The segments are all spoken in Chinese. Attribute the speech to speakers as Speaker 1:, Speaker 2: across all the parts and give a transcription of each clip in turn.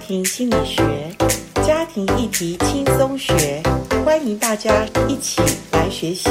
Speaker 1: 庭心理学，家庭议题轻松学，欢迎大家一起来学习。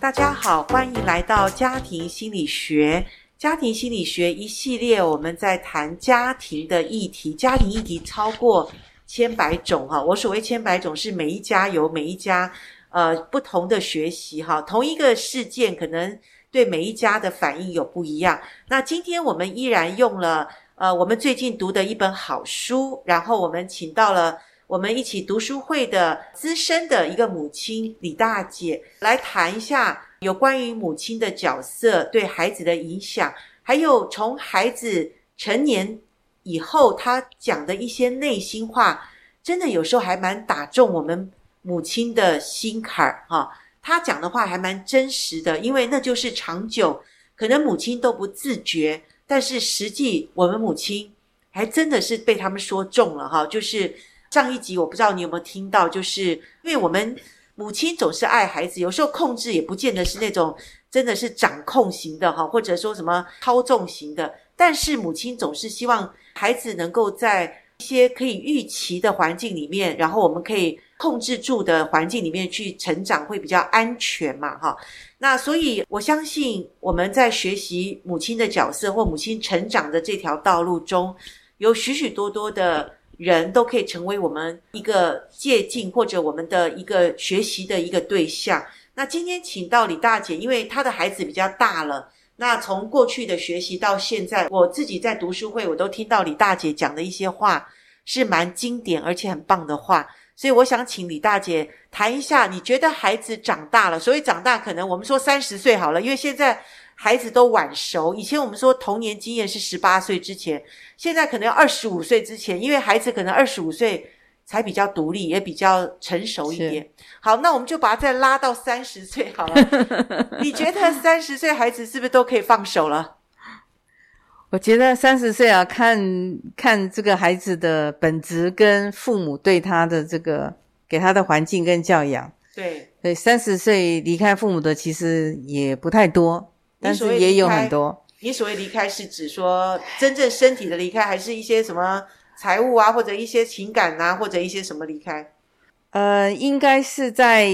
Speaker 1: 大家好，欢迎来到家庭心理学。家庭心理学一系列，我们在谈家庭的议题，家庭议题超过千百种哈。我所谓千百种，是每一家有每一家呃不同的学习哈，同一个事件可能对每一家的反应有不一样。那今天我们依然用了呃我们最近读的一本好书，然后我们请到了。我们一起读书会的资深的一个母亲李大姐来谈一下有关于母亲的角色对孩子的影响，还有从孩子成年以后他讲的一些内心话，真的有时候还蛮打中我们母亲的心坎儿哈。他讲的话还蛮真实的，因为那就是长久，可能母亲都不自觉，但是实际我们母亲还真的是被他们说中了哈，就是。上一集我不知道你有没有听到，就是因为我们母亲总是爱孩子，有时候控制也不见得是那种真的是掌控型的哈，或者说什么操纵型的，但是母亲总是希望孩子能够在一些可以预期的环境里面，然后我们可以控制住的环境里面去成长，会比较安全嘛哈。那所以我相信我们在学习母亲的角色或母亲成长的这条道路中，有许许多多的。人都可以成为我们一个借鉴或者我们的一个学习的一个对象。那今天请到李大姐，因为她的孩子比较大了。那从过去的学习到现在，我自己在读书会，我都听到李大姐讲的一些话是蛮经典而且很棒的话。所以我想请李大姐谈一下，你觉得孩子长大了，所以长大可能我们说三十岁好了，因为现在。孩子都晚熟，以前我们说童年经验是十八岁之前，现在可能要二十五岁之前，因为孩子可能二十五岁才比较独立，也比较成熟一点。好，那我们就把它再拉到三十岁好了。你觉得三十岁孩子是不是都可以放手了？
Speaker 2: 我觉得三十岁啊，看看这个孩子的本质跟父母对他的这个给他的环境跟教养。
Speaker 1: 对
Speaker 2: 对，三十岁离开父母的其实也不太多。但是也有很多。
Speaker 1: 你所谓离开是指说真正身体的离开，还是一些什么财务啊，或者一些情感啊，或者一些什么离开？
Speaker 2: 呃，应该是在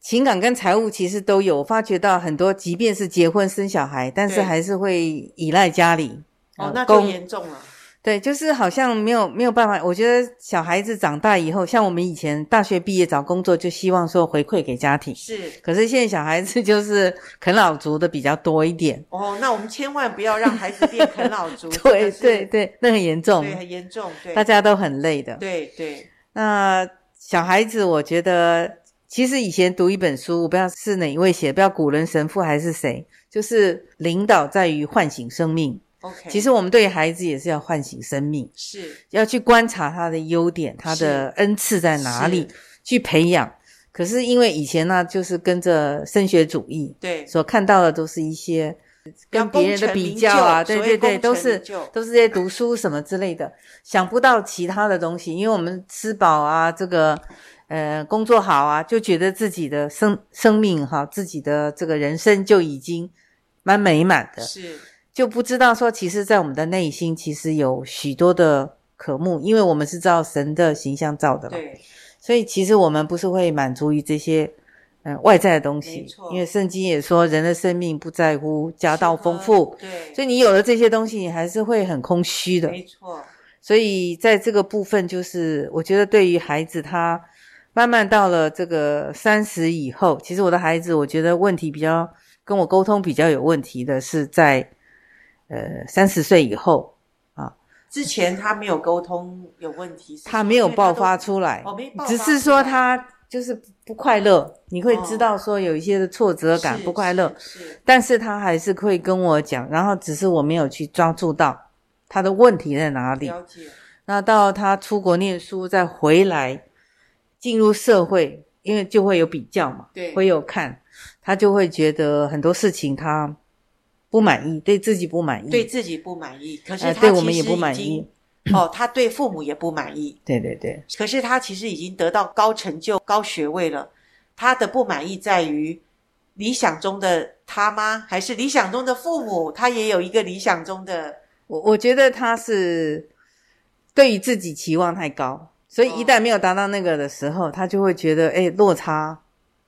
Speaker 2: 情感跟财务其实都有。发觉到很多，即便是结婚生小孩，但是还是会依赖家里。呃
Speaker 1: 哦，那更严重了。
Speaker 2: 对，就是好像没有没有办法。我觉得小孩子长大以后，像我们以前大学毕业找工作，就希望说回馈给家庭。
Speaker 1: 是，
Speaker 2: 可是现在小孩子就是啃老族的比较多一点。
Speaker 1: 哦，那我们千万不要让孩子变啃 老族。
Speaker 2: 对对对，那很严重。
Speaker 1: 对，很严重。对，
Speaker 2: 大家都很累的。
Speaker 1: 对对。
Speaker 2: 那小孩子，我觉得其实以前读一本书，我不知道是哪一位写，不知道古人神父还是谁，就是领导在于唤醒生命。
Speaker 1: OK，
Speaker 2: 其实我们对孩子也是要唤醒生命，
Speaker 1: 是
Speaker 2: 要去观察他的优点，他的恩赐在哪里，去培养。可是因为以前呢、啊，就是跟着升学主义，
Speaker 1: 对，
Speaker 2: 所看到的都是一些跟别人的比较啊，对对对，都是都是些读书什么之类的，想不到其他的东西。因为我们吃饱啊，这个呃工作好啊，就觉得自己的生生命哈，自己的这个人生就已经蛮美满的，
Speaker 1: 是。
Speaker 2: 就不知道说，其实，在我们的内心，其实有许多的渴慕，因为我们是照神的形象造的嘛。
Speaker 1: 对。
Speaker 2: 所以，其实我们不是会满足于这些，嗯、呃，外在的东西。因为圣经也说，人的生命不在乎家道丰富。
Speaker 1: 对。
Speaker 2: 所以，你有了这些东西，你还是会很空虚的。
Speaker 1: 没错。
Speaker 2: 所以，在这个部分，就是我觉得对于孩子，他慢慢到了这个三十以后，其实我的孩子，我觉得问题比较跟我沟通比较有问题的是在。呃，三十岁以后啊，
Speaker 1: 之前他没有沟通有问题，
Speaker 2: 他没有爆发出来，
Speaker 1: 哦、没
Speaker 2: 只是说他就是不快乐。你会知道说有一些的挫折感，
Speaker 1: 哦、
Speaker 2: 不快乐，
Speaker 1: 是是
Speaker 2: 但是他还是会跟我讲，然后只是我没有去抓住到他的问题在哪里。
Speaker 1: 了解。
Speaker 2: 那到他出国念书再回来，进入社会，因为就会有比较嘛，
Speaker 1: 对，
Speaker 2: 会有看，他就会觉得很多事情他。不满意，对自己不满意，
Speaker 1: 对自己不满意。可是他、
Speaker 2: 呃、嗯对我们也不满意，
Speaker 1: 哦，他对父母也不满意。
Speaker 2: 对对对。
Speaker 1: 可是他其实已经得到高成就、高学位了，他的不满意在于理想中的他吗？还是理想中的父母？他也有一个理想中的
Speaker 2: 我我觉得他是对于自己期望太高，所以
Speaker 1: 哦
Speaker 2: 一旦没有达到那个的时候，他就会觉得哎、落差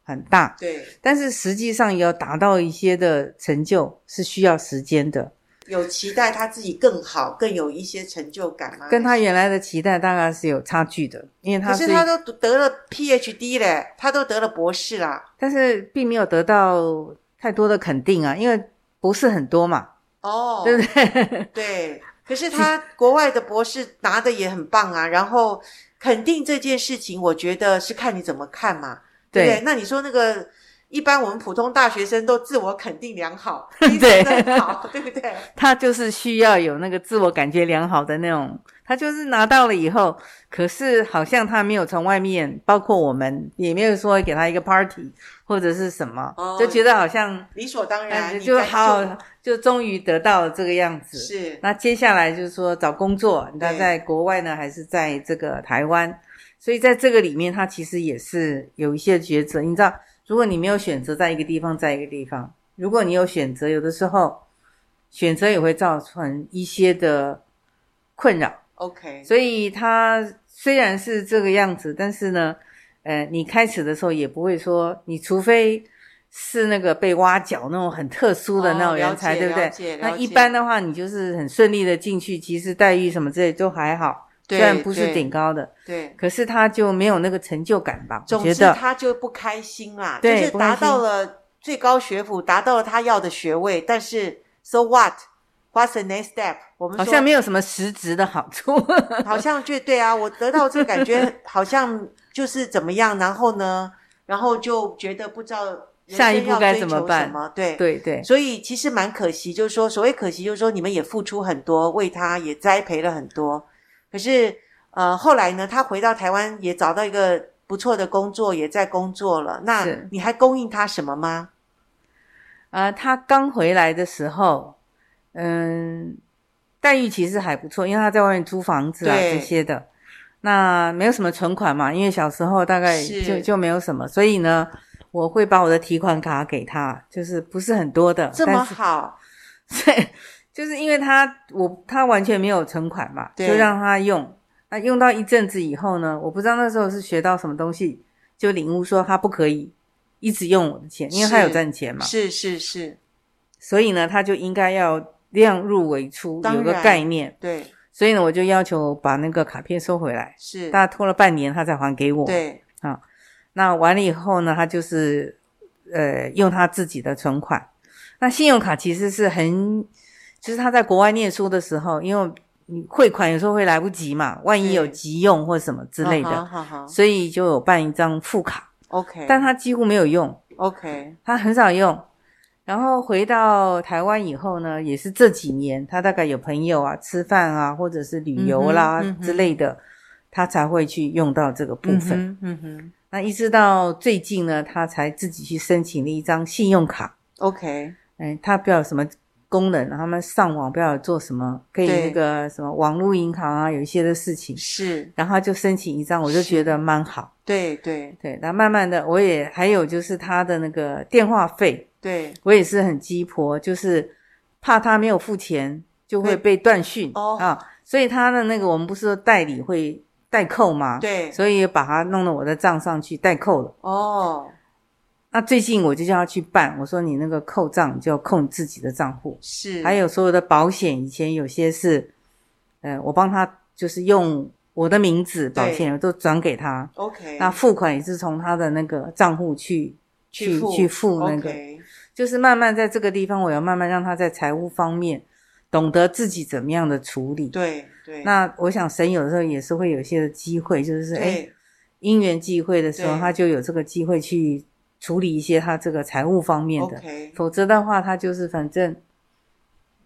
Speaker 2: 很大。
Speaker 1: 对，
Speaker 2: 但是实际上要达到一些的成就是需要时间的，
Speaker 1: 有期待他自己更好，更有一些成就感吗？
Speaker 2: 跟他原来的期待大概是有差距的，因为他
Speaker 1: 可
Speaker 2: 是
Speaker 1: 是他都得了 PhD 嘞，他都得了博士啦。
Speaker 2: 但是并没有得到太多的肯定啊，因为不是很多嘛，
Speaker 1: 哦，
Speaker 2: 对不对？
Speaker 1: 对，可是他国外的博士拿的也很棒啊。然后肯定这件事情，我觉得是看你怎么看嘛，对不对？
Speaker 2: 对
Speaker 1: 那你说那个一般我们普通大学生都自我肯定良 好，
Speaker 2: 对
Speaker 1: 很好，对不对？
Speaker 2: 他就是需要有那个自我感觉良好的那种，他就是拿到了以后，可是好像他没有从外面，包括我们也没有说给他一个 party 或者是什么，
Speaker 1: 哦
Speaker 2: 就觉得好像
Speaker 1: 理所当
Speaker 2: 感
Speaker 1: 然，
Speaker 2: 觉
Speaker 1: 你
Speaker 2: 就
Speaker 1: 在
Speaker 2: 好，就终于得到了这个样子。
Speaker 1: 是
Speaker 2: 那接下来就是说找工作，他
Speaker 1: 对
Speaker 2: 在国外呢，还是在这个台湾？所以在这个里面，他其实也是有一些抉择。你知道，如果你没有选择在一个地方，在一个地方；如果你有选择，有的时候选择也会造成一些的困扰。
Speaker 1: OK，
Speaker 2: 所以他虽然是这个样子，但是呢，呃，你开始的时候也不会说，你除非是那个被挖角那种很特殊的那
Speaker 1: 哦
Speaker 2: 种
Speaker 1: 了
Speaker 2: 人才，
Speaker 1: 解
Speaker 2: 对不对
Speaker 1: 了？解
Speaker 2: 那
Speaker 1: 了
Speaker 2: 一
Speaker 1: 解
Speaker 2: 般的话，你就是很顺利的进去，其实待遇什么之类都还好，
Speaker 1: 对
Speaker 2: 虽然不是
Speaker 1: 对
Speaker 2: 顶高的，
Speaker 1: 对。
Speaker 2: 可是他就没有那个成就感吧？我
Speaker 1: 总
Speaker 2: 觉
Speaker 1: 之
Speaker 2: 得
Speaker 1: 他就不开心啦，就
Speaker 2: 对
Speaker 1: 是
Speaker 2: 不开
Speaker 1: 达
Speaker 2: 心
Speaker 1: 到了最高学府，达到了他要的学位，但是 so what？What's the next step？我们
Speaker 2: 好
Speaker 1: 说
Speaker 2: 像没有什么实质的好 处。
Speaker 1: 好像就对啊，我得到这个感觉好像就是怎么样，然后呢，然后就觉得不知道人生
Speaker 2: 下一步
Speaker 1: 要
Speaker 2: 该
Speaker 1: 追
Speaker 2: 怎么
Speaker 1: 求
Speaker 2: 办
Speaker 1: 什么对。
Speaker 2: 对对
Speaker 1: 所以其实蛮可惜，就是说，所谓可惜，就是说你们也付出很多，为他也栽培了很多。可是，呃，后来呢，他回到台湾也找到一个不错的工作，也在工作了。那
Speaker 2: 是
Speaker 1: 你还供应他什么吗？
Speaker 2: 啊、他刚回来的时候，嗯，待遇其实还不错，因为他在外面租房子啊
Speaker 1: 对
Speaker 2: 这些的。那没有什么存款嘛，因为小时候大概
Speaker 1: 是
Speaker 2: 就就没有什么，所以呢，我会把我的提款卡给他，就是不是很多的，
Speaker 1: 这么
Speaker 2: 但是
Speaker 1: 好，
Speaker 2: 对，就是 因为他我他完全没有存款嘛，
Speaker 1: 对
Speaker 2: 就让他用。那用到一阵子以后呢，我不知道那时候是学到什么东西，就领悟说他不可以一直用我的钱，因为他
Speaker 1: 是
Speaker 2: 有赚钱嘛，
Speaker 1: 是是是，
Speaker 2: 所以呢，他就应该要量入为出，
Speaker 1: 当
Speaker 2: 有个
Speaker 1: 然
Speaker 2: 概念。
Speaker 1: 对，
Speaker 2: 所以呢，我就要求把那个卡片收回来，
Speaker 1: 是，
Speaker 2: 大概拖了半年，他才还给我。，
Speaker 1: 对，
Speaker 2: 那完了以后呢，他就是呃用他自己的存款。那信用卡其实是很，就是他在国外念书的时候，因为你汇款有时候会来不及嘛，万一
Speaker 1: 对
Speaker 2: 有急用或什么之类
Speaker 1: 啊
Speaker 2: 的，
Speaker 1: 哈哈哈
Speaker 2: 所以就有办一张副卡，
Speaker 1: ，OK，
Speaker 2: 但他几乎没有用。
Speaker 1: OK，
Speaker 2: 他很少用。然后回到台湾以后呢，也是这几年，他大概有朋友啊、吃饭啊，或者是旅游
Speaker 1: 嗯
Speaker 2: 啦、
Speaker 1: 哼嗯哼
Speaker 2: 之类的，他才会去用到这个部分。
Speaker 1: 嗯哼嗯哼
Speaker 2: 那一直到最近呢，他才自己去申请了一张信用卡。
Speaker 1: ，OK，
Speaker 2: 哎，他不知道有什么功能，他们上网不知道有做什么，可以
Speaker 1: 对
Speaker 2: 那个什么网络银行啊，有一些的事情，
Speaker 1: 是，
Speaker 2: 然后他就申请一张，我就是觉得蛮好。
Speaker 1: 对对
Speaker 2: 对，那慢慢的，我也还有就是他的那个电话费，
Speaker 1: 对，
Speaker 2: 我也是很鸡婆，就是怕他没有付钱就会被断讯
Speaker 1: 哦
Speaker 2: 啊，所以他的那个我们不是说代理会代扣吗？，
Speaker 1: 对，
Speaker 2: 所以也把它弄到我的账上去代扣了。
Speaker 1: 哦，
Speaker 2: 那最近我就叫他去办，我说你那个扣账就要扣你自己的账户，
Speaker 1: 是，
Speaker 2: 还有所有的保险，以前有些是，呃，我帮他就是用我的名字保
Speaker 1: 对
Speaker 2: 险我都转给他，
Speaker 1: OK，
Speaker 2: 那付款也是从他的那个账户去
Speaker 1: 去付
Speaker 2: 去付那个。
Speaker 1: OK，
Speaker 2: 就是慢慢在这个地方，我要慢慢让他在财务方面懂得自己怎么样的处理。
Speaker 1: 对对，
Speaker 2: 那哎我想神有的时候也是会有一些的机会，就是哎，
Speaker 1: 对
Speaker 2: 因缘际会的时候，
Speaker 1: 对
Speaker 2: 他就有这个机会去处理一些他这个财务方面的。
Speaker 1: OK，
Speaker 2: 否则的话，他就是反正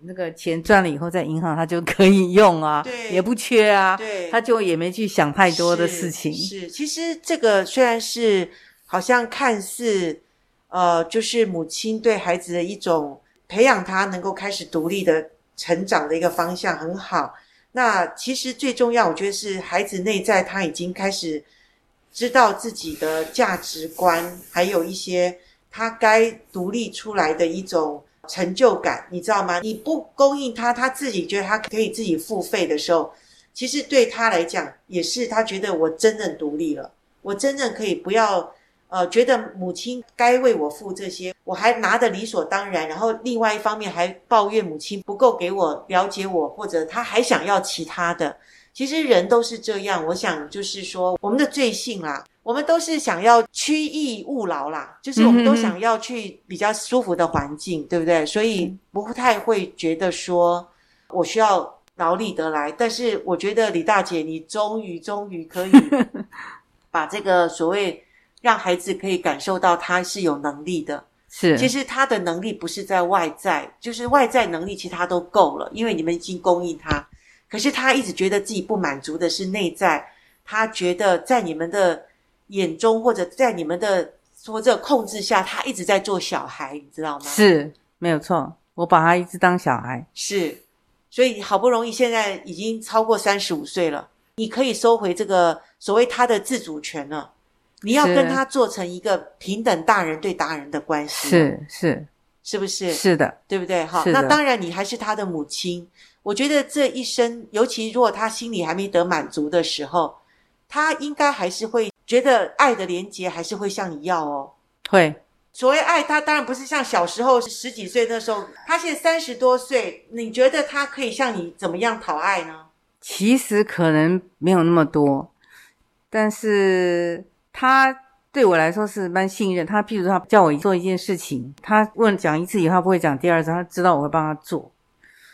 Speaker 2: 那个钱赚了以后，在银行他就可以用啊，
Speaker 1: 对
Speaker 2: 也不缺啊，
Speaker 1: 对，
Speaker 2: 他就也没去想太多的事情。
Speaker 1: 是。是其实这个虽然是好像看似呃，就是母亲对孩子的一种培养，他能够开始独立的成长的一个方向，很好。那其实最重要，我觉得是孩子内在他已经开始知道自己的价值观，还有一些他该独立出来的一种成就感，你知道吗？你不供应他，他自己觉得他可以自己付费的时候，其实对他来讲也是他觉得我真正独立了，我真正可以不要呃，觉得母亲该为我付这些，我还拿的理所当然。然后另外一方面还抱怨母亲不够给我了解我，或者他还想要其他的。其实人都是这样，我想就是说我们的罪性啦。我们都是想要趋逸勿劳啦，就是我们都想要去比较舒服的环境，对不对？所以不太会觉得说我需要劳力得来。但是我觉得李大姐，你终于终于可以把这个所谓让孩子可以感受到他是有能力的。
Speaker 2: 是，
Speaker 1: 其实他的能力不是在外在，就是外在能力其实他都够了，因为你们已经供应他。可是他一直觉得自己不满足的是内在，他觉得在你们的。眼中或者在你们的说这控制下，他一直在做小孩，你知道吗？
Speaker 2: 是没有错，我把他一直当小孩。
Speaker 1: 是，所以好不容易现在已经超过三十五岁了，你可以收回这个所谓他的自主权了。你要跟他做成一个平等大人对大人的关系。
Speaker 2: 是是
Speaker 1: 是不是？
Speaker 2: 是的，
Speaker 1: 对不对？好，那当然你还是他的母亲。我觉得这一生，尤其如果他心里还没得满足的时候，他应该还是会。觉得爱的连结还是会向你要哦，
Speaker 2: 会。
Speaker 1: 所谓爱，他当然不是像小时候十几岁那时候，他现在三十多岁，你觉得他可以向你怎么样讨爱呢？
Speaker 2: 其实可能没有那么多，但是他对我来说是蛮信任。他譬如他叫我做一件事情，他问讲一次以后不会讲第二次，他知道我会帮他做，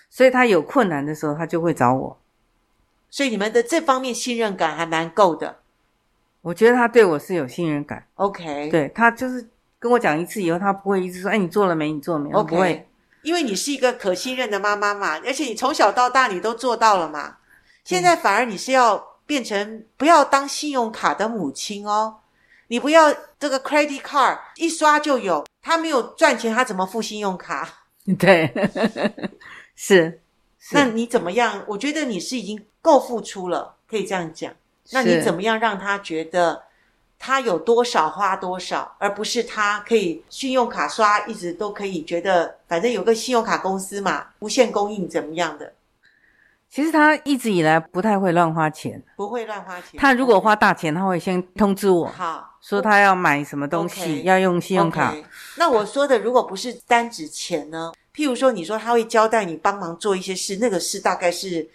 Speaker 2: 所以他有困难的时候他就会找我。
Speaker 1: 所以你们的这方面信任感还蛮够的。
Speaker 2: 我觉得他对我是有信任感
Speaker 1: ，OK，
Speaker 2: 对他就是跟我讲一次以后，他不会一直说，哎，你做了没？你做了没
Speaker 1: ？OK，
Speaker 2: 不会，
Speaker 1: 因为你是一个可信任的妈妈嘛，而且你从小到大你都做到了嘛。现在反而你是要变成不要当信用卡的母亲哦，你不要这个 credit card 一刷就有，他没有赚钱，他怎么付信用卡？
Speaker 2: 对， 是，是
Speaker 1: 那你怎么样？我觉得你是已经够付出了，可以这样讲。那你怎么样让他觉得他有多少花多少，而不是他可以信用卡刷一直都可以觉得反正有个信用卡公司嘛，无限供应怎么样的？
Speaker 2: 其实他一直以来不太会乱花钱，
Speaker 1: 不会乱花钱。
Speaker 2: 他如果花大钱，他会先通知我，
Speaker 1: 好
Speaker 2: 说他要买什么东西，
Speaker 1: 哦 OK，
Speaker 2: 要用信用卡。
Speaker 1: OK 那我说的如果不是单指钱呢？譬如说，你说他会交代你帮忙做一些事，那个事大概是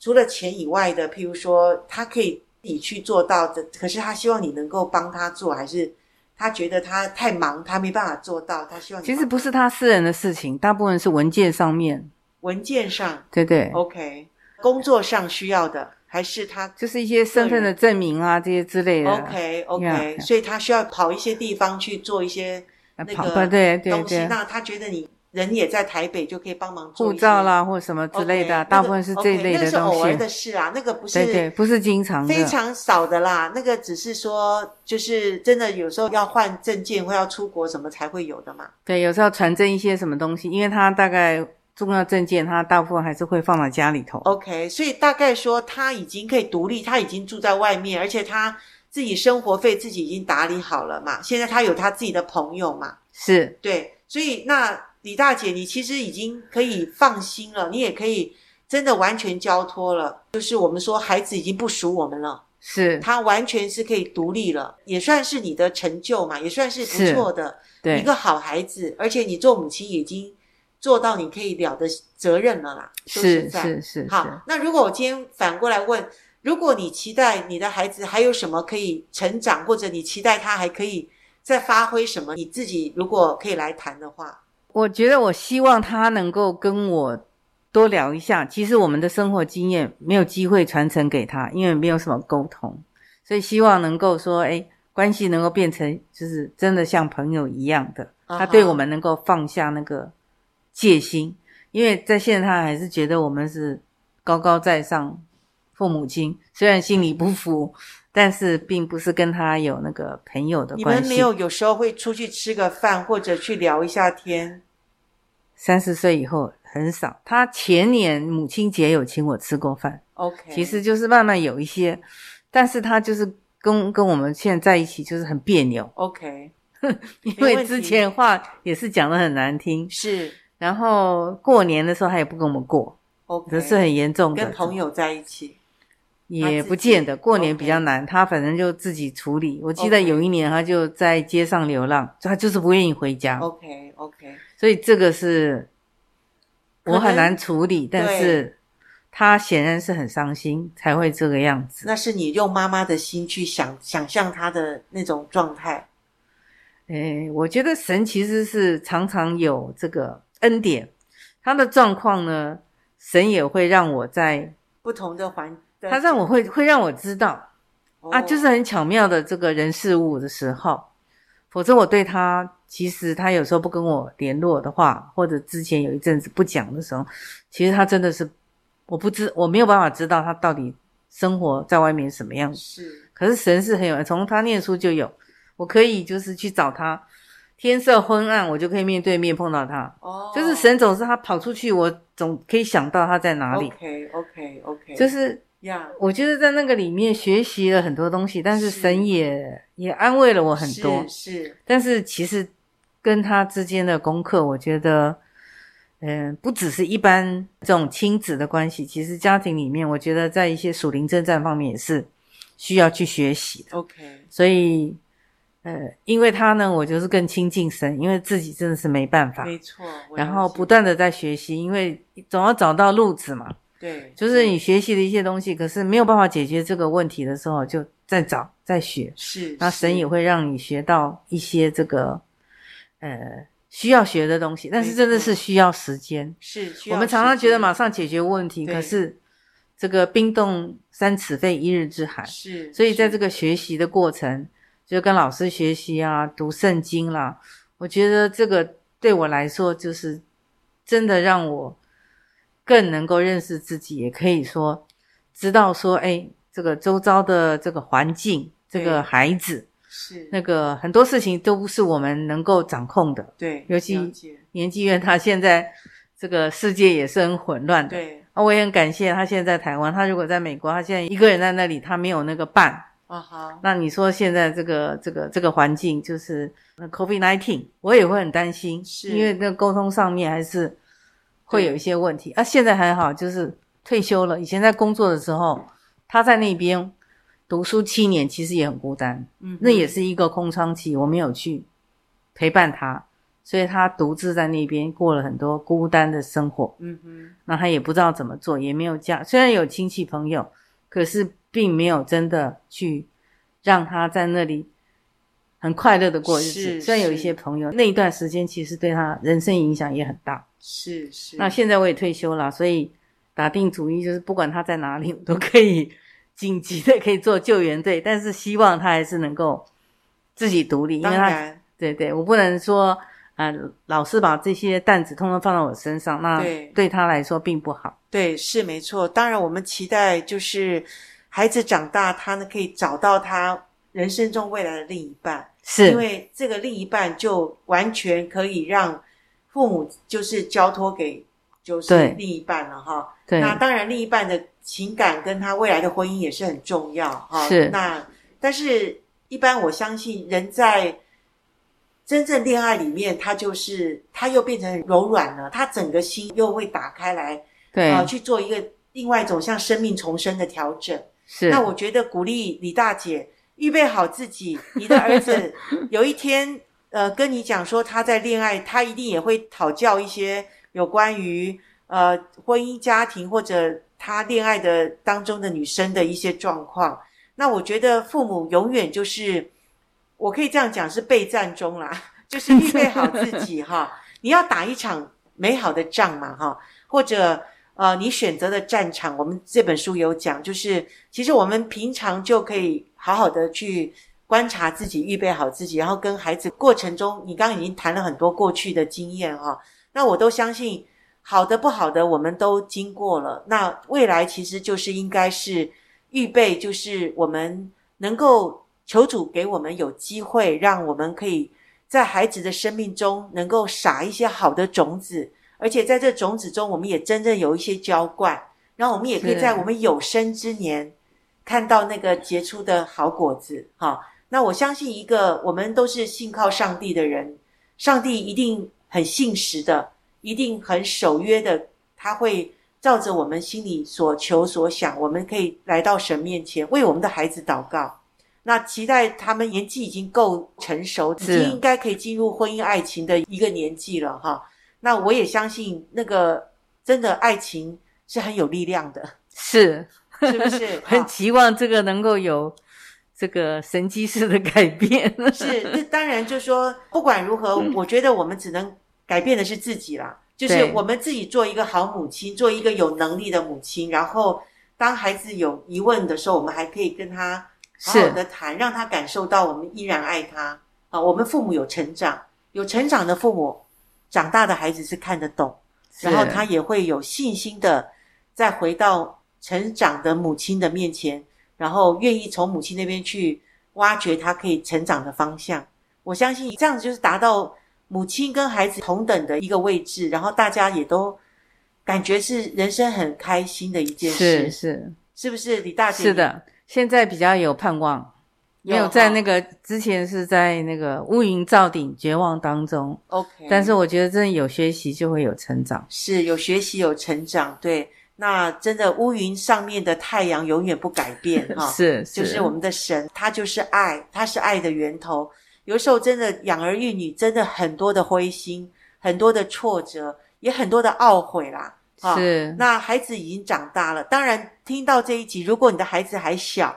Speaker 1: 除了钱以外的，譬如说他可以你去做到的，可是他希望你能够帮他做，还是他觉得他太忙，他没办法做到，他希望你
Speaker 2: 其实
Speaker 1: 帮
Speaker 2: 不是他私人的事情，大部分是文件上面，
Speaker 1: 文件上
Speaker 2: 对对，
Speaker 1: OK，工作上需要的，还是他
Speaker 2: 就是一些身份的证明啊这些之类的。
Speaker 1: OK OK，、
Speaker 2: Yeah
Speaker 1: 所以他需要跑一些地方去做一些
Speaker 2: 啊
Speaker 1: 那
Speaker 2: 跑
Speaker 1: 个
Speaker 2: 吧，对对
Speaker 1: 东西，
Speaker 2: 对，
Speaker 1: 那他觉得你人也在台北，就可以帮忙做
Speaker 2: 护
Speaker 1: 一些
Speaker 2: 照啦或什么之类
Speaker 1: OK，
Speaker 2: 的
Speaker 1: 那
Speaker 2: 啊，
Speaker 1: 个
Speaker 2: 大部分是这一
Speaker 1: OK，
Speaker 2: 类
Speaker 1: 那个
Speaker 2: 的
Speaker 1: 是
Speaker 2: 东
Speaker 1: 偶尔
Speaker 2: 西。
Speaker 1: 的事啊，那个不
Speaker 2: 对对，嗯
Speaker 1: 是
Speaker 2: 不是经常的
Speaker 1: 非。常少的啦，那个只是说就是真的有时候要换证件或要出国什么才会有的嘛。
Speaker 2: 对，有时候传真一些什么东西，因为他大概重要证件，他大部分还是会放到家里头。
Speaker 1: OK，所以大概说他已经可以独立，他已经住在外面，而且他自己生活费自己已经打理好了嘛。现在他有他自己的朋友嘛，
Speaker 2: 是
Speaker 1: 对，所以那李大姐，你其实已经可以放心了，你也可以真的完全交托了。就是我们说，孩子已经不属我们了，
Speaker 2: 是，
Speaker 1: 他完全是可以独立了，也算是你的成就嘛，也算是不错的一
Speaker 2: 对，
Speaker 1: 个好孩子。而且你做母亲已经做到你可以了的责任了啦。说实
Speaker 2: 是
Speaker 1: 在
Speaker 2: 是是是，
Speaker 1: 好，那如果我今天反过来问，如果你期待你的孩子还有什么可以成长，或者你期待他还可以再发挥什么，你自己如果可以来谈的话，
Speaker 2: 我觉得我希望他能够跟我多聊一下。其实我们的生活经验没有机会传承给他，因为没有什么沟通，所以希望能够说，哎，关系能够变成就是真的像朋友一样的，
Speaker 1: 啊
Speaker 2: 他对我们能够放下那个戒心，因为在现在他还是觉得我们是高高在上父母亲，虽然心里不服，但是并不是跟他有那个朋友的
Speaker 1: 你
Speaker 2: 关
Speaker 1: 们
Speaker 2: 系。
Speaker 1: 没有有时候会出去吃个饭，或者去聊一下天。
Speaker 2: 三十岁以后很少。他前年母亲节有请我吃过饭，
Speaker 1: OK，
Speaker 2: 其实就是慢慢有一些，但是他就是跟跟我们现在在一起就是很别扭，
Speaker 1: OK
Speaker 2: 因
Speaker 1: 没
Speaker 2: 为
Speaker 1: 问题
Speaker 2: 之前话也是讲的很难听，
Speaker 1: 是
Speaker 2: 然后过年的时候他也不跟我们过，
Speaker 1: ，OK，
Speaker 2: 这是很严重的。
Speaker 1: 跟朋友在一起，
Speaker 2: 也
Speaker 1: 他
Speaker 2: 不
Speaker 1: 自己
Speaker 2: 见得，过年
Speaker 1: OK
Speaker 2: 比较难。他反正就自己处理。我记得
Speaker 1: OK
Speaker 2: 有一年他就在街上流浪，他就是不愿意回家，
Speaker 1: 哦 OK OK，
Speaker 2: 所以这个是
Speaker 1: 可
Speaker 2: 我
Speaker 1: 能
Speaker 2: 很难处理。但
Speaker 1: 对
Speaker 2: 是他显然是很伤心，才会这个样子。
Speaker 1: 那是你用妈妈的心去想想象他的那种状态。
Speaker 2: 诶，我觉得神其实是常常有这个恩典，他的状况呢，神也会让我在，
Speaker 1: 不同的环，
Speaker 2: 他让我会会让我知道，
Speaker 1: 哦
Speaker 2: 啊，就是很巧妙的这个人事物的时候，否则我对他其实他有时候不跟我联络的话，或者之前有一阵子不讲的时候，其实他真的是我不知我没有办法知道他到底生活在外面什么样子。
Speaker 1: 是
Speaker 2: 可是神是很有，从他念书就有，我可以就是去找他，天色昏暗，我就可以面对面碰到他。
Speaker 1: 哦，
Speaker 2: 就是神总是他跑出去，我总可以想到他在哪里。
Speaker 1: OK OK OK，
Speaker 2: 就是
Speaker 1: 呀，
Speaker 2: 我觉得在那个里面学习了很多东西，但是
Speaker 1: 是
Speaker 2: 神也也安慰了我很多
Speaker 1: 是。是
Speaker 2: 但是其实跟他之间的功课，我觉得，嗯、不只是一般这种亲子的关系，其实家庭里面，我觉得在一些属灵征战方面也是需要去学习的。
Speaker 1: OK
Speaker 2: 所以，呃，因为他呢，我就是更亲近神，因为自己真的是没办法，
Speaker 1: 没错，我
Speaker 2: 啊然
Speaker 1: 了
Speaker 2: 后
Speaker 1: 解
Speaker 2: 不断的在学习，因为总要找到路子嘛。
Speaker 1: 对，
Speaker 2: 就是
Speaker 1: 对
Speaker 2: 你学习的一些东西，可是没有办法解决这个问题的时候，就再找再学。
Speaker 1: 是
Speaker 2: 那
Speaker 1: 是
Speaker 2: 神也会让你学到一些这个，呃，需要学的东西，但是真的是需要时间。
Speaker 1: 是需
Speaker 2: 我
Speaker 1: 要
Speaker 2: 们常常
Speaker 1: 时
Speaker 2: 觉得
Speaker 1: 间
Speaker 2: 马上解决问题，
Speaker 1: 对
Speaker 2: 可是这个冰冻三尺非一日之寒。
Speaker 1: 是，
Speaker 2: 所以在这
Speaker 1: 个
Speaker 2: 个学习的过程，就跟老师学习啊，读圣经啦，我觉得这个对我来说就是真的让我更能够认识自己，也可以说知道说，哎，这个周遭的这个环境，这
Speaker 1: 对
Speaker 2: 个孩子，
Speaker 1: 是
Speaker 2: 那个很多事情都不是我们能够掌控的。
Speaker 1: 对，
Speaker 2: 尤
Speaker 1: 了
Speaker 2: 其
Speaker 1: 解
Speaker 2: 年纪越大，现在这个世界也是很混乱的。
Speaker 1: 对
Speaker 2: 啊，我也很感谢他现在在台湾，他如果在美国，他现在一个人在那里，他没有那个伴，
Speaker 1: 啊哈，
Speaker 2: 那你说现在这个这个这个环境就是 COVID nineteen，我也会很担心，
Speaker 1: 是
Speaker 2: 因为那个沟通上面还是会有一些问题。啊，现在还好，就是退休了。以前在工作的时候，他在那边读书七年，其实也很孤单，
Speaker 1: 嗯哼，
Speaker 2: 那也是一个空窗期，我没有去陪伴他，所以他独自在那边过了很多孤单的生活。
Speaker 1: 嗯哼，
Speaker 2: 那他也不知道怎么做，也没有家，虽然有亲戚朋友，可是并没有真的去让他在那里很快乐的过日
Speaker 1: 是
Speaker 2: 子。虽然有一
Speaker 1: 是
Speaker 2: 些朋友，那一段时间其实对他人生影响也很大。
Speaker 1: 是是，
Speaker 2: 那现在我也退休了，所以打定主意就是不管他在哪里，我都可以 紧急的可以做救援队，但是希望他还是能够自己独立，因
Speaker 1: 当
Speaker 2: 为他
Speaker 1: 然
Speaker 2: 对对，我不能说，呃，老是把这些担子通通放到我身上，那
Speaker 1: 对
Speaker 2: 对他来说并不好。
Speaker 1: 对是没错，当然我们期待就是孩子长大，他呢可以找到他人生中未来的另一半。因
Speaker 2: 是，
Speaker 1: 为这个另一半就完全可以让父母就是交托给就是
Speaker 2: 对
Speaker 1: 另一半了哈。
Speaker 2: 对，
Speaker 1: 那当然，另一半的情感跟他未来的婚姻也是很重要哈。
Speaker 2: 是
Speaker 1: 那但是，一般我相信人在真正恋爱里面，他就是他又变成柔软了，他整个心又会打开来
Speaker 2: 对
Speaker 1: 啊、，去做一个另外一种像生命重生的调整。
Speaker 2: 是，
Speaker 1: 那我觉得鼓励李大姐预备好自己，你的儿 子有一天呃跟你讲说他在恋爱，他一定也会讨教一些有关于呃婚姻家庭或者他恋爱的当中的女生的一些状况。那我觉得父母永远就是，我可以这样讲是备战中啦， 就是预备好自己哈。 你要打一场美好的仗嘛哈，或者呃你选择的战场，我们这本书有讲，就是其实我们平常就可以好好的去观察自己，预备好自己，然后跟孩子过程中，你刚刚已经谈了很多过去的经验啊哈，那我都相信好的不好的我们都经过了，那未来其实就是应该是预备，就是我们能够求主给我们有机会，让我们可以在孩子的生命中能够撒一些好的种子，而且在这种子中，我们也真正有一些浇灌，然后我们也可以
Speaker 2: 是
Speaker 1: 在我们有生之年看到那个结出的好果子。哈，那我相信一个我们都是信靠上帝的人，上帝一定很信实的，一定很守约的，他会照着我们心里所求所想，我们可以来到神面前为我们的孩子祷告。那期待他们年纪已经够成熟，已经应该可以进入婚姻爱情的一个年纪了哈。那我也相信，那个真的爱情是很有力量的，
Speaker 2: 是
Speaker 1: 是不 是？
Speaker 2: 很期望这个能够有这个神迹式的改变。
Speaker 1: 是， 那当然就说不管如何，我觉得我们只能改变的是自己啦，就是我们自己做一个好母亲，做一个有能力的母亲。然后当孩子有疑问的时候，我们还可以跟他。好好的谈，让他感受到我们依然爱他啊！我们父母有成长，有成长的父母，长大的孩子是看得懂，然后他也会有信心的再回到成长的母亲的面前，然后愿意从母亲那边去挖掘他可以成长的方向。我相信这样子就是达到母亲跟孩子同等的一个位置，然后大家也都感觉是人生很开心的一件
Speaker 2: 事，是是
Speaker 1: 是不是？李大姐
Speaker 2: 是的。现在比较有盼望，没有在那个之前是在那个乌云罩顶、绝望当中。
Speaker 1: OK，
Speaker 2: 但是我觉得真的有学习就会有成长，
Speaker 1: 是有学习有成长。对，那真的乌云上面的太阳永远不改变哈
Speaker 2: 哦，是
Speaker 1: 就是我们的神，他就是爱，他是爱的源头。有时候真的养儿育女，真的很多的灰心，很多的挫折，也很多的懊悔啦。
Speaker 2: 哦、是，
Speaker 1: 那孩子已经长大了。当然，听到这一集，如果你的孩子还小，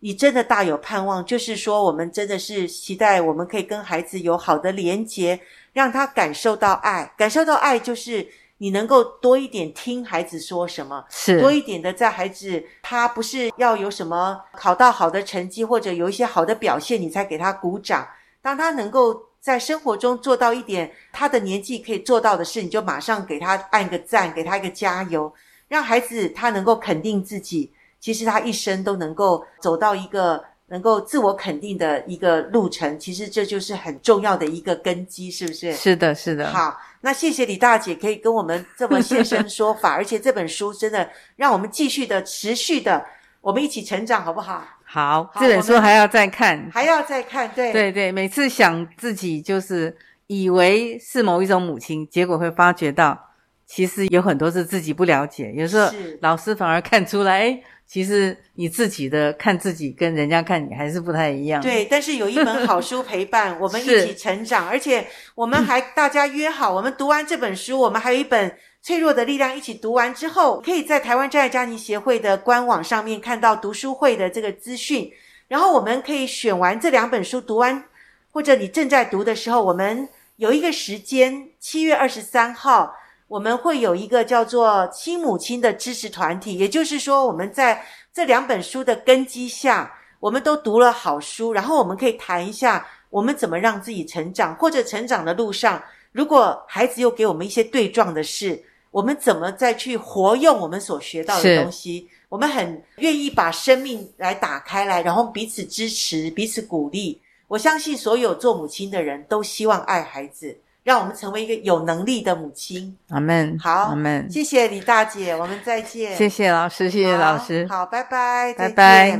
Speaker 1: 你真的大有盼望。就是说，我们真的是期待，我们可以跟孩子有好的连结，让他感受到爱。感受到爱，就是你能够多一点听孩子说什么，
Speaker 2: 是
Speaker 1: 多一点的在孩子他不是要有什么考到好的成绩，或者有一些好的表现，你才给他鼓掌。当他能够。在生活中做到一点他的年纪可以做到的事，你就马上给他按个赞，给他一个加油，让孩子他能够肯定自己。其实他一生都能够走到一个能够自我肯定的一个路程，其实这就是很重要的一个根基，是不是？
Speaker 2: 是的，是的。
Speaker 1: 好，那谢谢李大姐可以跟我们这么现身说法，而且这本书真的让我们继续的、持续的，我们一起成长，好不好？
Speaker 2: 好，这本书还要再看，
Speaker 1: 还要再看，对
Speaker 2: 对对，每次想自己就是以为是某一种母亲，结果会发觉到，其实有很多是自己不了解，有时候老师反而看出来，哎，其实你自己的看自己跟人家看你还是不太一样。
Speaker 1: 对，但是有一本好书陪伴我们一起成长，而且我们还大家约好，我们读完这本书，我们还有一本。脆弱的力量一起读完之后，可以在台湾真爱家庭协会的官网上面看到读书会的这个资讯。然后我们可以选完这两本书读完，或者你正在读的时候，我们有一个时间，七月二十三号，我们会有一个叫做“亲母亲”的支持团体。也就是说，我们在这两本书的根基下，我们都读了好书，然后我们可以谈一下我们怎么让自己成长，或者成长的路上，如果孩子又给我们一些对撞的事。我们怎么再去活用我们所学到的东西？我们很愿意把生命来打开来，然后彼此支持、彼此鼓励。我相信所有做母亲的人都希望爱孩子，让我们成为一个有能力的母亲。
Speaker 2: 阿门。
Speaker 1: 好，
Speaker 2: 阿门。
Speaker 1: 谢谢李大姐，我们再见。
Speaker 2: 谢谢老师，谢谢老师。
Speaker 1: 好，好拜拜，
Speaker 2: 拜拜。